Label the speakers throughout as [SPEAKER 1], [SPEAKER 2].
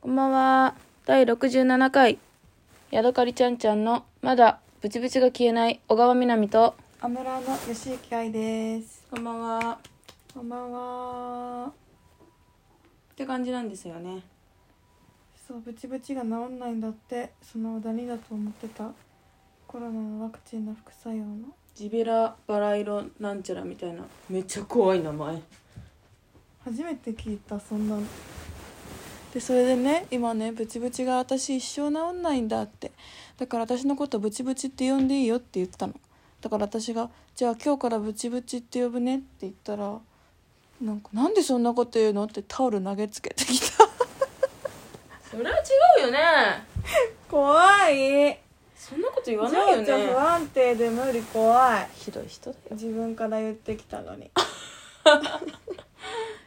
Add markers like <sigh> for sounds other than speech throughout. [SPEAKER 1] こんばんは。第67回、ヤドカリちゃんちゃんの、まだ、ブチブチが消えない、小川みなみと、
[SPEAKER 2] アムラーの吉行愛です。
[SPEAKER 1] こんばんは。っ
[SPEAKER 2] こんばんは。
[SPEAKER 1] て感じなんですよね。
[SPEAKER 2] そうブチブチが治んないんだってそのダニだと思ってたコロナのワクチンの副作用の
[SPEAKER 1] ジベラ、バラ色、なんちゃらみたいな、めっちゃ怖い名前。
[SPEAKER 2] 初めて聞いたそんなのでそれでね今ねブチブチが私一生治んないんだってだから私のことブチブチって呼んでいいよって言ってたのだから私が「じゃあ今日からブチブチって呼ぶね」って言ったらなんか「なんでそんなこと言うの?」ってタオル投げつけてきた
[SPEAKER 1] それは違うよね。
[SPEAKER 2] 怖い
[SPEAKER 1] そんなこと言
[SPEAKER 2] 情
[SPEAKER 1] わないよ
[SPEAKER 2] 緒不
[SPEAKER 1] ね。
[SPEAKER 2] 安定で無理怖い
[SPEAKER 1] ひどい人だよ。
[SPEAKER 2] 自分から言ってきた
[SPEAKER 1] <laughs>
[SPEAKER 2] のに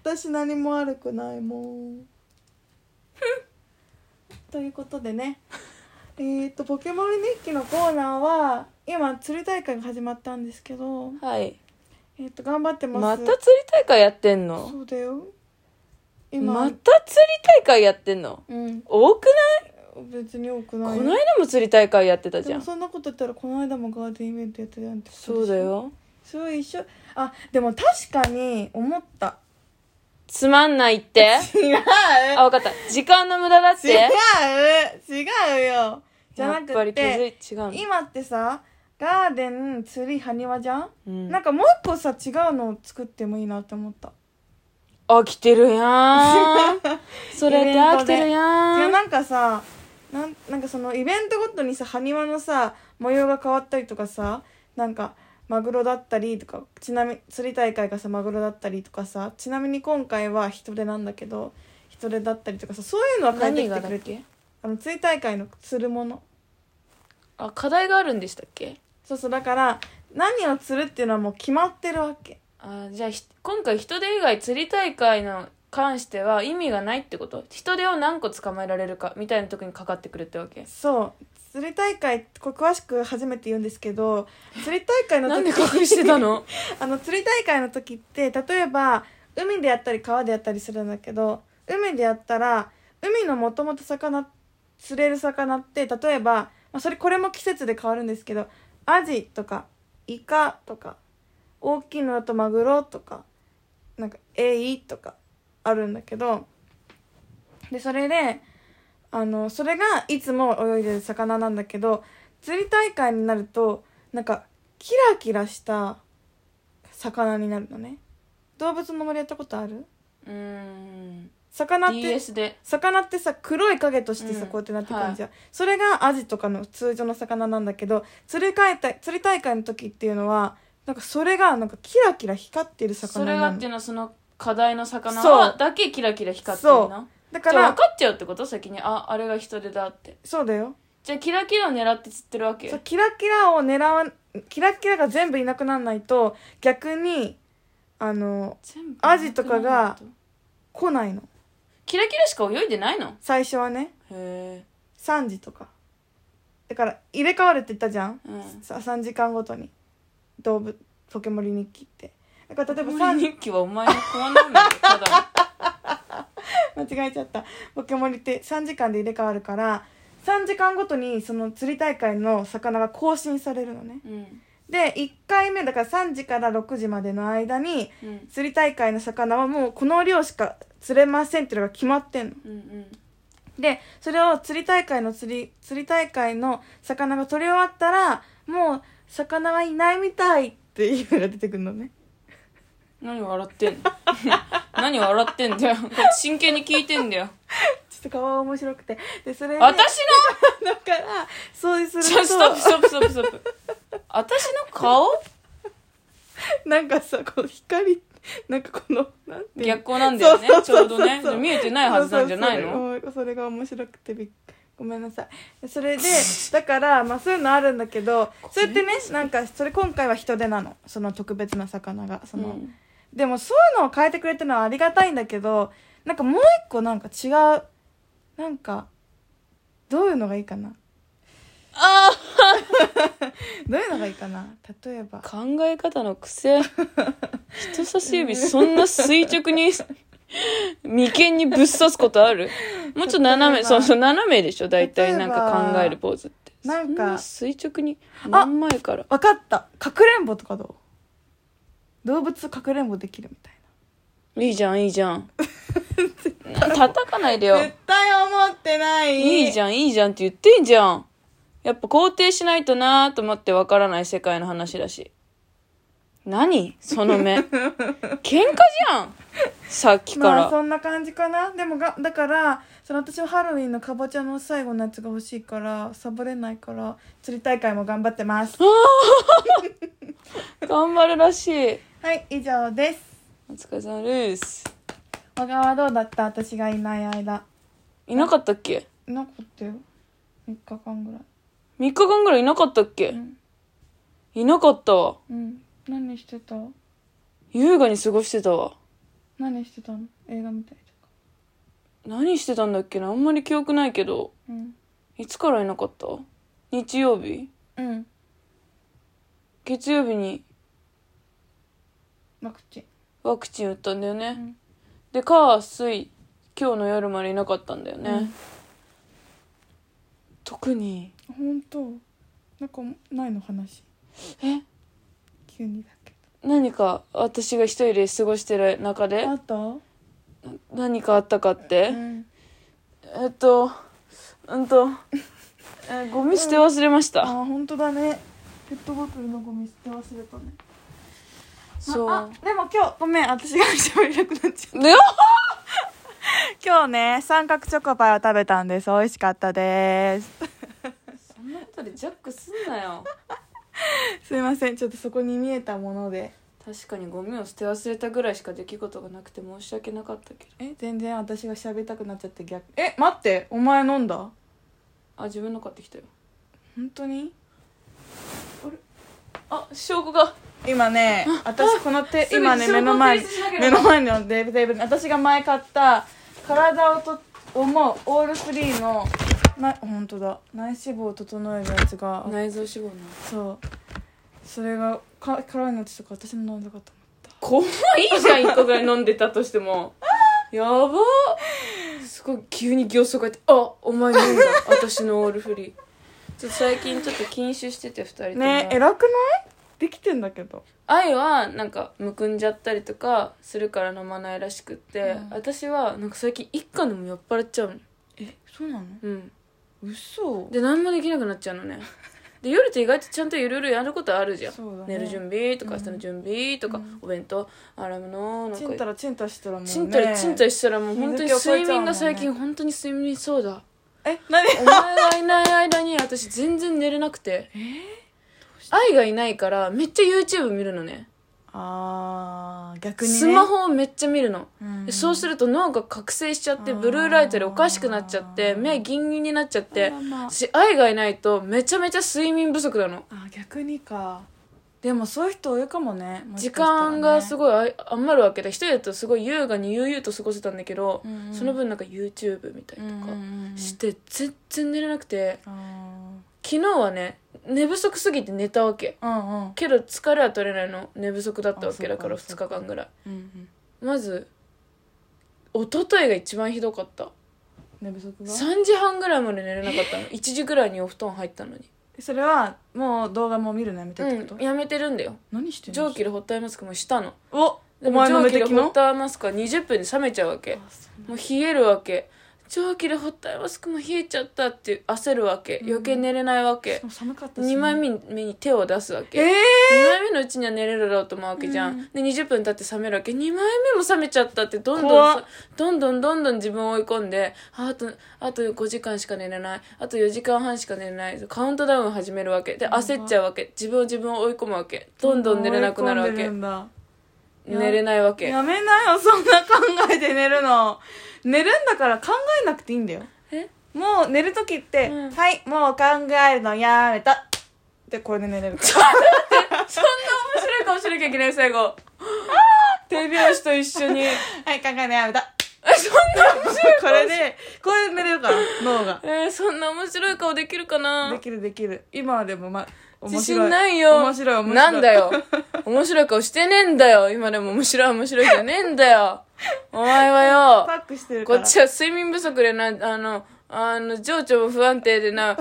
[SPEAKER 2] 私何も悪くないもんということでねえー、と「ポケモン日記」のコーナーは今釣り大会が始まったんですけど、
[SPEAKER 1] はい。
[SPEAKER 2] えー、と頑張ってま
[SPEAKER 1] ますた釣り大会やってんの
[SPEAKER 2] そうだよ今、
[SPEAKER 1] また釣り大会やってんの
[SPEAKER 2] うん
[SPEAKER 1] 多くない
[SPEAKER 2] 別に多く
[SPEAKER 1] こ
[SPEAKER 2] ない
[SPEAKER 1] の間も釣り大会やってたじ
[SPEAKER 2] で
[SPEAKER 1] ゃ
[SPEAKER 2] も
[SPEAKER 1] ん。
[SPEAKER 2] そんなこと言ったらこの間もガーデンイベントやってたなんてことでし
[SPEAKER 1] そ
[SPEAKER 2] ょ
[SPEAKER 1] うだよ。
[SPEAKER 2] それ一緒あでも確かに思った
[SPEAKER 1] つまんないって
[SPEAKER 2] 違う
[SPEAKER 1] あ、わかった。時間の無駄だっ
[SPEAKER 2] <laughs> 違
[SPEAKER 1] て。
[SPEAKER 2] う違うよじゃな
[SPEAKER 1] やっぱ
[SPEAKER 2] く
[SPEAKER 1] り気づ
[SPEAKER 2] て
[SPEAKER 1] い違うの。
[SPEAKER 2] 今ってさガーデン釣り埴輪じゃん、
[SPEAKER 1] うん、
[SPEAKER 2] なんかもう一個さ違うのを作ってもいいなって思った
[SPEAKER 1] 飽きてるや
[SPEAKER 2] <laughs>
[SPEAKER 1] ん。それって飽きてる
[SPEAKER 2] い
[SPEAKER 1] や
[SPEAKER 2] や
[SPEAKER 1] ん。
[SPEAKER 2] なんかさなんなんかそのイベントごとにさ埴輪のさ模様が変わったりとかさなんかマグロだったりとかちなみに釣り大会がさマグロだったりとかさちなみに今回は人手なんだけど人手だったりとかさそういうのは変え
[SPEAKER 1] 何
[SPEAKER 2] てき
[SPEAKER 1] が
[SPEAKER 2] て
[SPEAKER 1] だっ
[SPEAKER 2] くれ
[SPEAKER 1] け
[SPEAKER 2] てあの釣り大会の釣るもの
[SPEAKER 1] あ、課題があるんでしたっけ
[SPEAKER 2] そうそうだから何を釣るっていうのはもう決まってるわけ
[SPEAKER 1] あ、じゃあひ今回人手以外釣り大会の関しては意味がないってこと人手を何個捕まえられるかみたいなとこにかかってくるってわけ
[SPEAKER 2] そう釣り大会これ詳しく初めて言うんですけど釣り大会の時
[SPEAKER 1] なんで隠してた
[SPEAKER 2] <laughs>
[SPEAKER 1] の
[SPEAKER 2] あの釣り大会の時って例えば海でやったり川でやったりするんだけど海でやったら海のもともと魚釣れる魚って例えば、まあ、それこれも季節で変わるんですけどアジとかイカとか大きいのだとマグロとかなんかエイとかあるんだけどでそれであのそれがいつも泳いでる魚なんだけど釣り大会になるとなんかキラキラした魚になるのね動物の森やったことある
[SPEAKER 1] うーん。
[SPEAKER 2] 魚って
[SPEAKER 1] DS で。
[SPEAKER 2] 魚ってさ黒い影としてさ、
[SPEAKER 1] うん
[SPEAKER 2] こうやってなってくるじゃん、それがアジとかの通常の魚なんだけど釣り替えた釣り大会の時っていうのはなんかそれがなんかキラキラ光ってる
[SPEAKER 1] そ
[SPEAKER 2] 魚
[SPEAKER 1] れ
[SPEAKER 2] に
[SPEAKER 1] が
[SPEAKER 2] な
[SPEAKER 1] ってい
[SPEAKER 2] る
[SPEAKER 1] うのはその課題の魚
[SPEAKER 2] そ
[SPEAKER 1] は
[SPEAKER 2] う
[SPEAKER 1] だけキラキラ光ってる
[SPEAKER 2] そ
[SPEAKER 1] な。
[SPEAKER 2] だか
[SPEAKER 1] じゃあ
[SPEAKER 2] ら
[SPEAKER 1] 分かっちゃうってこと先にああれが人手だって
[SPEAKER 2] そうだよ
[SPEAKER 1] じゃあキラキラを狙って釣ってるわけ
[SPEAKER 2] そうキラキラを狙わんキラキラが全部いなくならないと逆にあの
[SPEAKER 1] 全部
[SPEAKER 2] アジとかが来ないの
[SPEAKER 1] キラキラしか泳いでないの
[SPEAKER 2] 最初はね
[SPEAKER 1] へ
[SPEAKER 2] 3時とかだから入れ替わるって言ったじゃん
[SPEAKER 1] え、うん、
[SPEAKER 2] さ3時間ごとに動物ポケモリ日記ってだから例えば
[SPEAKER 1] 森
[SPEAKER 2] 3時
[SPEAKER 1] 日記はお前のコアなんだよただ
[SPEAKER 2] <laughs> 間違えちゃったポケモリって3時間で入れ替わるから3時間ごとにその釣り大会の魚が更新されるのね
[SPEAKER 1] の、うん
[SPEAKER 2] で1回目だから3時から6時までの間に
[SPEAKER 1] うん、
[SPEAKER 2] 釣り大会の魚はもうこの量しか釣れませんっていうのが決まってんの
[SPEAKER 1] うんうん
[SPEAKER 2] でそれを釣り大会の釣り釣り大会の魚が取り終わったらもう魚はいないみたいっていうのが出てくるのね
[SPEAKER 1] 何笑ってん
[SPEAKER 2] <laughs>
[SPEAKER 1] の何笑ってんだよこっち真剣に聞いてんだよ
[SPEAKER 2] ちょっと顔が面白くてでそれで
[SPEAKER 1] 私
[SPEAKER 2] だからそうする
[SPEAKER 1] のちょストップ
[SPEAKER 2] と
[SPEAKER 1] ストップストップストップ私の顔
[SPEAKER 2] なんかさこの光なんかこのなんていう
[SPEAKER 1] 逆光なんだよね
[SPEAKER 2] そう
[SPEAKER 1] ち
[SPEAKER 2] そ
[SPEAKER 1] ょう
[SPEAKER 2] うそう
[SPEAKER 1] ど
[SPEAKER 2] そう
[SPEAKER 1] ね見えてないはずなんじゃないの
[SPEAKER 2] そうそうそれそれが面白くてびっごめんなさいそれでだからまあそういうのあるんだけどそうやってねなんかそれ今回は人手なのその特別な魚がその、
[SPEAKER 1] うん
[SPEAKER 2] でもそういうのを変えてくれてるのはありがたいんだけどなんかもう一個なんか違うなんかどういうのがいいかな
[SPEAKER 1] ああ
[SPEAKER 2] どういうのがいいかな例え
[SPEAKER 1] <laughs>
[SPEAKER 2] ば
[SPEAKER 1] 考え方の癖人差し指そんな垂直に眉間にぶっ刺すことあるもうちょっと斜
[SPEAKER 2] 例
[SPEAKER 1] め
[SPEAKER 2] えば
[SPEAKER 1] そうそう斜めでしょ大
[SPEAKER 2] 例え
[SPEAKER 1] 体な
[SPEAKER 2] ば
[SPEAKER 1] んか考えるポーズって
[SPEAKER 2] なんか
[SPEAKER 1] そ垂直に真ん前から
[SPEAKER 2] わかったかくれんぼとかどう動物かくれんぼできるみたい
[SPEAKER 1] いいじゃんいいじゃ
[SPEAKER 2] <laughs>
[SPEAKER 1] ん叩かないでよ
[SPEAKER 2] な絶対思ってない
[SPEAKER 1] いいじゃんいいじゃんって言ってんじゃんやっぱ肯定しないとなーと思ってわからない世界の話だし何その
[SPEAKER 2] <laughs>
[SPEAKER 1] 目喧嘩じゃんさっきから、
[SPEAKER 2] まあそんな感じかなでもがだからその私はハロウィンのかぼちゃの最後のやつが欲しいからサボれないから釣り大会も頑張ってます
[SPEAKER 1] <laughs> 頑張るらしい
[SPEAKER 2] はい以上です
[SPEAKER 1] お疲れ様です
[SPEAKER 2] 小川はどうだった私がいない間
[SPEAKER 1] いなかったっけ
[SPEAKER 2] いなかったよ3日間ぐらい
[SPEAKER 1] 3日間ぐらいいなかったっけ、
[SPEAKER 2] ん
[SPEAKER 1] いなかったわ
[SPEAKER 2] うん何してた
[SPEAKER 1] 優雅に過ごしてたわ
[SPEAKER 2] 何してたの映画見たりとか
[SPEAKER 1] 何してたんだっけなあんまり記憶ないけど
[SPEAKER 2] うん
[SPEAKER 1] いつからいなかった日曜日
[SPEAKER 2] うん
[SPEAKER 1] 月曜日に
[SPEAKER 2] ワクチン
[SPEAKER 1] ワクチン打ったんだよね、
[SPEAKER 2] ん
[SPEAKER 1] で火水今日の夜までいなかったんだよね、
[SPEAKER 2] うん
[SPEAKER 1] 特に
[SPEAKER 2] 本当なんかないの話
[SPEAKER 1] え
[SPEAKER 2] 急にだけ
[SPEAKER 1] 何か私が一人で過ごしてる中で
[SPEAKER 2] どあった
[SPEAKER 1] 何かあったかって、
[SPEAKER 2] うん
[SPEAKER 1] えっとうんとえゴミ捨て忘れまし
[SPEAKER 2] あ
[SPEAKER 1] た、
[SPEAKER 2] 本当だねペットボトルのゴミ捨て忘れたね
[SPEAKER 1] そう
[SPEAKER 2] ああでも今日ごめん私が喋れなくなっちゃう
[SPEAKER 1] で
[SPEAKER 2] <laughs> 今日ね三角チョコパイを食べたんです美味しかったです
[SPEAKER 1] そんなことでジャックすんなよ
[SPEAKER 2] すいませんちょっとそこに見えたもので
[SPEAKER 1] 確かにゴミを捨て忘れたぐらいしか出来事がなくて申し訳なかったけど
[SPEAKER 2] え全然私が喋りたくなっちゃって逆え待ってお前飲んだ
[SPEAKER 1] あ自分の買ってきたよ
[SPEAKER 2] 本当に
[SPEAKER 1] あ証拠が
[SPEAKER 2] 今ね私この手
[SPEAKER 1] すぐ
[SPEAKER 2] 今ね
[SPEAKER 1] 証拠
[SPEAKER 2] 目の前に
[SPEAKER 1] 提出しなければ
[SPEAKER 2] 目の前のデーブテーブルに私が前買った体をと思うオールフリーのな本当だ内脂肪を整えるやつがあっ
[SPEAKER 1] 内臓脂肪の
[SPEAKER 2] そうそれがか辛いのちょっと私の飲んだかと
[SPEAKER 1] こんないいじゃん1個ぐらい飲んでたとしても <laughs> やばすごい急に行相がやってあお前飲んだ私のオールフリー <laughs> ちょっと最近ちょっと禁酒してて2人とも
[SPEAKER 2] ね偉くないできてんだけど
[SPEAKER 1] 愛はなんかむくんじゃったりとかするから飲まないらしくって、
[SPEAKER 2] うん
[SPEAKER 1] 私はなんか最近一家でも酔っ払っちゃうの
[SPEAKER 2] えそうなの
[SPEAKER 1] うん
[SPEAKER 2] 嘘
[SPEAKER 1] で何もできなくなっちゃうの
[SPEAKER 2] <laughs>
[SPEAKER 1] ねで夜って意外とちゃんといろいろやることあるじゃん、
[SPEAKER 2] そうだ
[SPEAKER 1] 寝
[SPEAKER 2] ね
[SPEAKER 1] る準備とか明日の準備とか、
[SPEAKER 2] うん
[SPEAKER 1] お弁当洗うのなん
[SPEAKER 2] チンタ
[SPEAKER 1] か
[SPEAKER 2] ラチンタしたらもうね
[SPEAKER 1] ちんたりちんたりしたらもう本当に
[SPEAKER 2] 水気を超え
[SPEAKER 1] 睡
[SPEAKER 2] ちゃうも
[SPEAKER 1] 眠
[SPEAKER 2] んね
[SPEAKER 1] が最近本当に睡眠そう
[SPEAKER 2] <laughs>
[SPEAKER 1] だ
[SPEAKER 2] え何
[SPEAKER 1] お前がいない間に私全然寝れなくて愛がいないからめっちゃ YouTube 見るのね
[SPEAKER 2] あー逆にね
[SPEAKER 1] スマホをめっちゃ見るの
[SPEAKER 2] うん
[SPEAKER 1] でそうすると脳が覚醒しちゃって
[SPEAKER 2] あー
[SPEAKER 1] ブルーライトでおかしくなっちゃって目ギンギンになっちゃって
[SPEAKER 2] あらまあ
[SPEAKER 1] 私愛がいないとめちゃめちゃ睡眠不足なの
[SPEAKER 2] あ逆にかでもそういう人多いかもね
[SPEAKER 1] 時間がす
[SPEAKER 2] ごい
[SPEAKER 1] ごいあ余るわけで一人だとすごい優雅に悠々と過ごせたんだけど、
[SPEAKER 2] うんうん
[SPEAKER 1] その分なんか YouTube 見たりとか
[SPEAKER 2] し
[SPEAKER 1] して全然寝れなくて
[SPEAKER 2] あ
[SPEAKER 1] 昨日はね寝不足すぎて寝たわけ
[SPEAKER 2] ーうんうん
[SPEAKER 1] けど疲れは取れないの寝不足だったわけだから
[SPEAKER 2] あそ
[SPEAKER 1] 2
[SPEAKER 2] うか
[SPEAKER 1] 日間ぐらい
[SPEAKER 2] うん
[SPEAKER 1] まず一昨日が一番ひどかった
[SPEAKER 2] 寝不足が
[SPEAKER 1] 3時半ぐらいまで寝れなかったの1時ぐらいにお布団入ったのに、
[SPEAKER 2] それはもう動画も見るのやめてってこと、
[SPEAKER 1] うんやめてるんだよ
[SPEAKER 2] 何してんの
[SPEAKER 1] 蒸気でホットアイマスクもしたの
[SPEAKER 2] お
[SPEAKER 1] で
[SPEAKER 2] お
[SPEAKER 1] も
[SPEAKER 2] 前の
[SPEAKER 1] 蒸
[SPEAKER 2] 目
[SPEAKER 1] 気で
[SPEAKER 2] 的
[SPEAKER 1] ホッ
[SPEAKER 2] の
[SPEAKER 1] トアイマスクは20分で冷めちゃうわけ
[SPEAKER 2] あそう
[SPEAKER 1] もう冷えるわけ蒸気でホットアイマスクも冷えちゃったって焦るわけ
[SPEAKER 2] うん
[SPEAKER 1] 余計寝れないわけ
[SPEAKER 2] しか、も寒かった
[SPEAKER 1] 2枚目に手を出すわけ、
[SPEAKER 2] ええ
[SPEAKER 1] 2枚目のうちには寝れるだろうと思うわけじゃん、
[SPEAKER 2] うん
[SPEAKER 1] で20分経って冷めるわけ2枚目も冷めちゃったってどんどん
[SPEAKER 2] 怖っ
[SPEAKER 1] さどんどんどんどん自分を追い込んでああとあと5時間しか寝れないあと4時間半しか寝れないカウントダウン始めるわけで
[SPEAKER 2] やば
[SPEAKER 1] 焦っちゃうわけ自分を自分を追い込むわけどんどん寝れなくなるわ
[SPEAKER 2] 追い込
[SPEAKER 1] け
[SPEAKER 2] んでんだ
[SPEAKER 1] 寝れないわけ
[SPEAKER 2] やめなよそんな考えて寝るの寝るんだから考えなくていいんだよ
[SPEAKER 1] え
[SPEAKER 2] もう寝る時って、
[SPEAKER 1] うん
[SPEAKER 2] はいもう考えるのやめたってこれで寝れるから
[SPEAKER 1] そんな面白いかもしれなきゃいけない最
[SPEAKER 2] <laughs>
[SPEAKER 1] 後手拍子と一緒に
[SPEAKER 2] はい考えるのやめた
[SPEAKER 1] えそんな面白い
[SPEAKER 2] これでこれで寝れるから脳が
[SPEAKER 1] えーそんな面白い顔できるかな
[SPEAKER 2] できるできる今はでもま面
[SPEAKER 1] 自
[SPEAKER 2] 白
[SPEAKER 1] 信
[SPEAKER 2] い
[SPEAKER 1] ないよ
[SPEAKER 2] 面白い面白い
[SPEAKER 1] なんだよ面白い顔してねえんだよ今でも面白い面白いじゃねえんだよお前はよ
[SPEAKER 2] パックしてる
[SPEAKER 1] こ
[SPEAKER 2] から
[SPEAKER 1] っちは睡眠不足でな、あの、あの、情緒も不安定でな、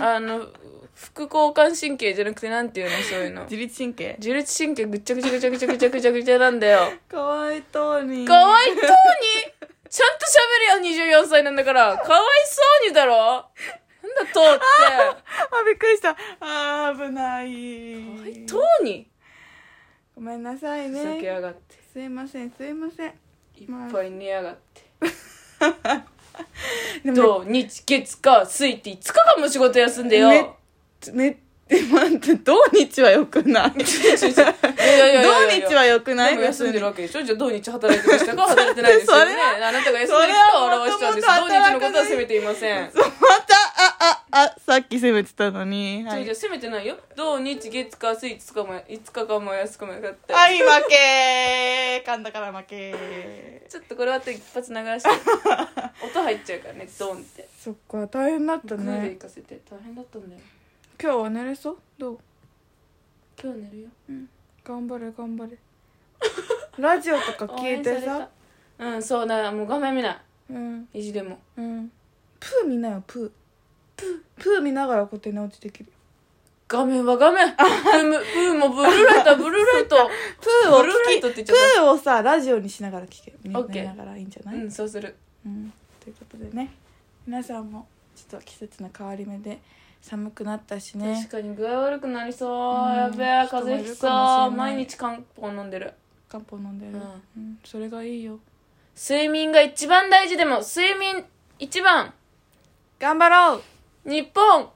[SPEAKER 1] あの、副交感神経じゃなくてなんていうの、そういうの。
[SPEAKER 2] 自律神経
[SPEAKER 1] 自律神経ぐっちゃぐちゃぐちゃぐちゃぐちゃぐちゃぐちゃなんだよ。
[SPEAKER 2] かわいそうに
[SPEAKER 1] かわいそうにちゃんと喋れよ、24歳なんだから。かわいそうにだろなんだ、とうって。
[SPEAKER 2] あびっくりしたあー危ない
[SPEAKER 1] かわいとうに
[SPEAKER 2] ごめんなさい
[SPEAKER 1] ふざけ
[SPEAKER 2] ね
[SPEAKER 1] やがって。
[SPEAKER 2] すいませんすいません
[SPEAKER 1] いっぱい寝やがって。
[SPEAKER 2] でもね
[SPEAKER 1] 土日月火水って5日間も仕事休んでよ。
[SPEAKER 2] めね待って土日はよくない土
[SPEAKER 1] いやいやいやい
[SPEAKER 2] <laughs>
[SPEAKER 1] やいや
[SPEAKER 2] 日はよくない
[SPEAKER 1] でも休んでるわけでしょじゃあ土日働いてましたか働いてないですよね
[SPEAKER 2] そ
[SPEAKER 1] あなたが休んでる人を表したんです
[SPEAKER 2] それは
[SPEAKER 1] 土日の
[SPEAKER 2] 元々
[SPEAKER 1] ことは責めていません
[SPEAKER 2] そうまたあああさっき責めてたのには
[SPEAKER 1] じゃ
[SPEAKER 2] い
[SPEAKER 1] あ責めてないよ土日月火水5日も5日間も休くもかって、
[SPEAKER 2] はい負けー噛んだから負けー
[SPEAKER 1] ちょっとこれはあと一発流して音入っちゃうからねドンって
[SPEAKER 2] そっか大変だった
[SPEAKER 1] グーで
[SPEAKER 2] ね
[SPEAKER 1] 行かせて大変だったんだよ
[SPEAKER 2] 今日は寝れそうどう
[SPEAKER 1] 今日寝るよ
[SPEAKER 2] 頑張れ頑張れ <laughs> ラジオとか消えて
[SPEAKER 1] 応援
[SPEAKER 2] さ
[SPEAKER 1] れたうんそうだもう画面見な
[SPEAKER 2] うん
[SPEAKER 1] い意地でも
[SPEAKER 2] うんプー見なよプープー見ながらこうやって寝落ちできる
[SPEAKER 1] 画面は画面ブームブーもブルーライトはブルーライト
[SPEAKER 2] プーを
[SPEAKER 1] ブルーラ
[SPEAKER 2] 聞
[SPEAKER 1] イ
[SPEAKER 2] き
[SPEAKER 1] トって
[SPEAKER 2] プ
[SPEAKER 1] 言っちゃった
[SPEAKER 2] ーをさラジオにしながら聞け寝
[SPEAKER 1] オッケ
[SPEAKER 2] 寝
[SPEAKER 1] ー
[SPEAKER 2] ながらいいんじゃな
[SPEAKER 1] う
[SPEAKER 2] い、
[SPEAKER 1] んそうする
[SPEAKER 2] うんということでね皆さんもちょっと季節の変わり目で寒くなったしね
[SPEAKER 1] 確かに具合悪くなりそう、
[SPEAKER 2] うん
[SPEAKER 1] やべえ風邪ひき
[SPEAKER 2] 人もいるか
[SPEAKER 1] そう
[SPEAKER 2] もしれない
[SPEAKER 1] 毎日漢方飲んでる
[SPEAKER 2] 漢方飲んでる、
[SPEAKER 1] うん
[SPEAKER 2] うんそれがいいよ
[SPEAKER 1] 睡眠が一番大事でも睡眠一番
[SPEAKER 2] 頑張ろう
[SPEAKER 1] 日本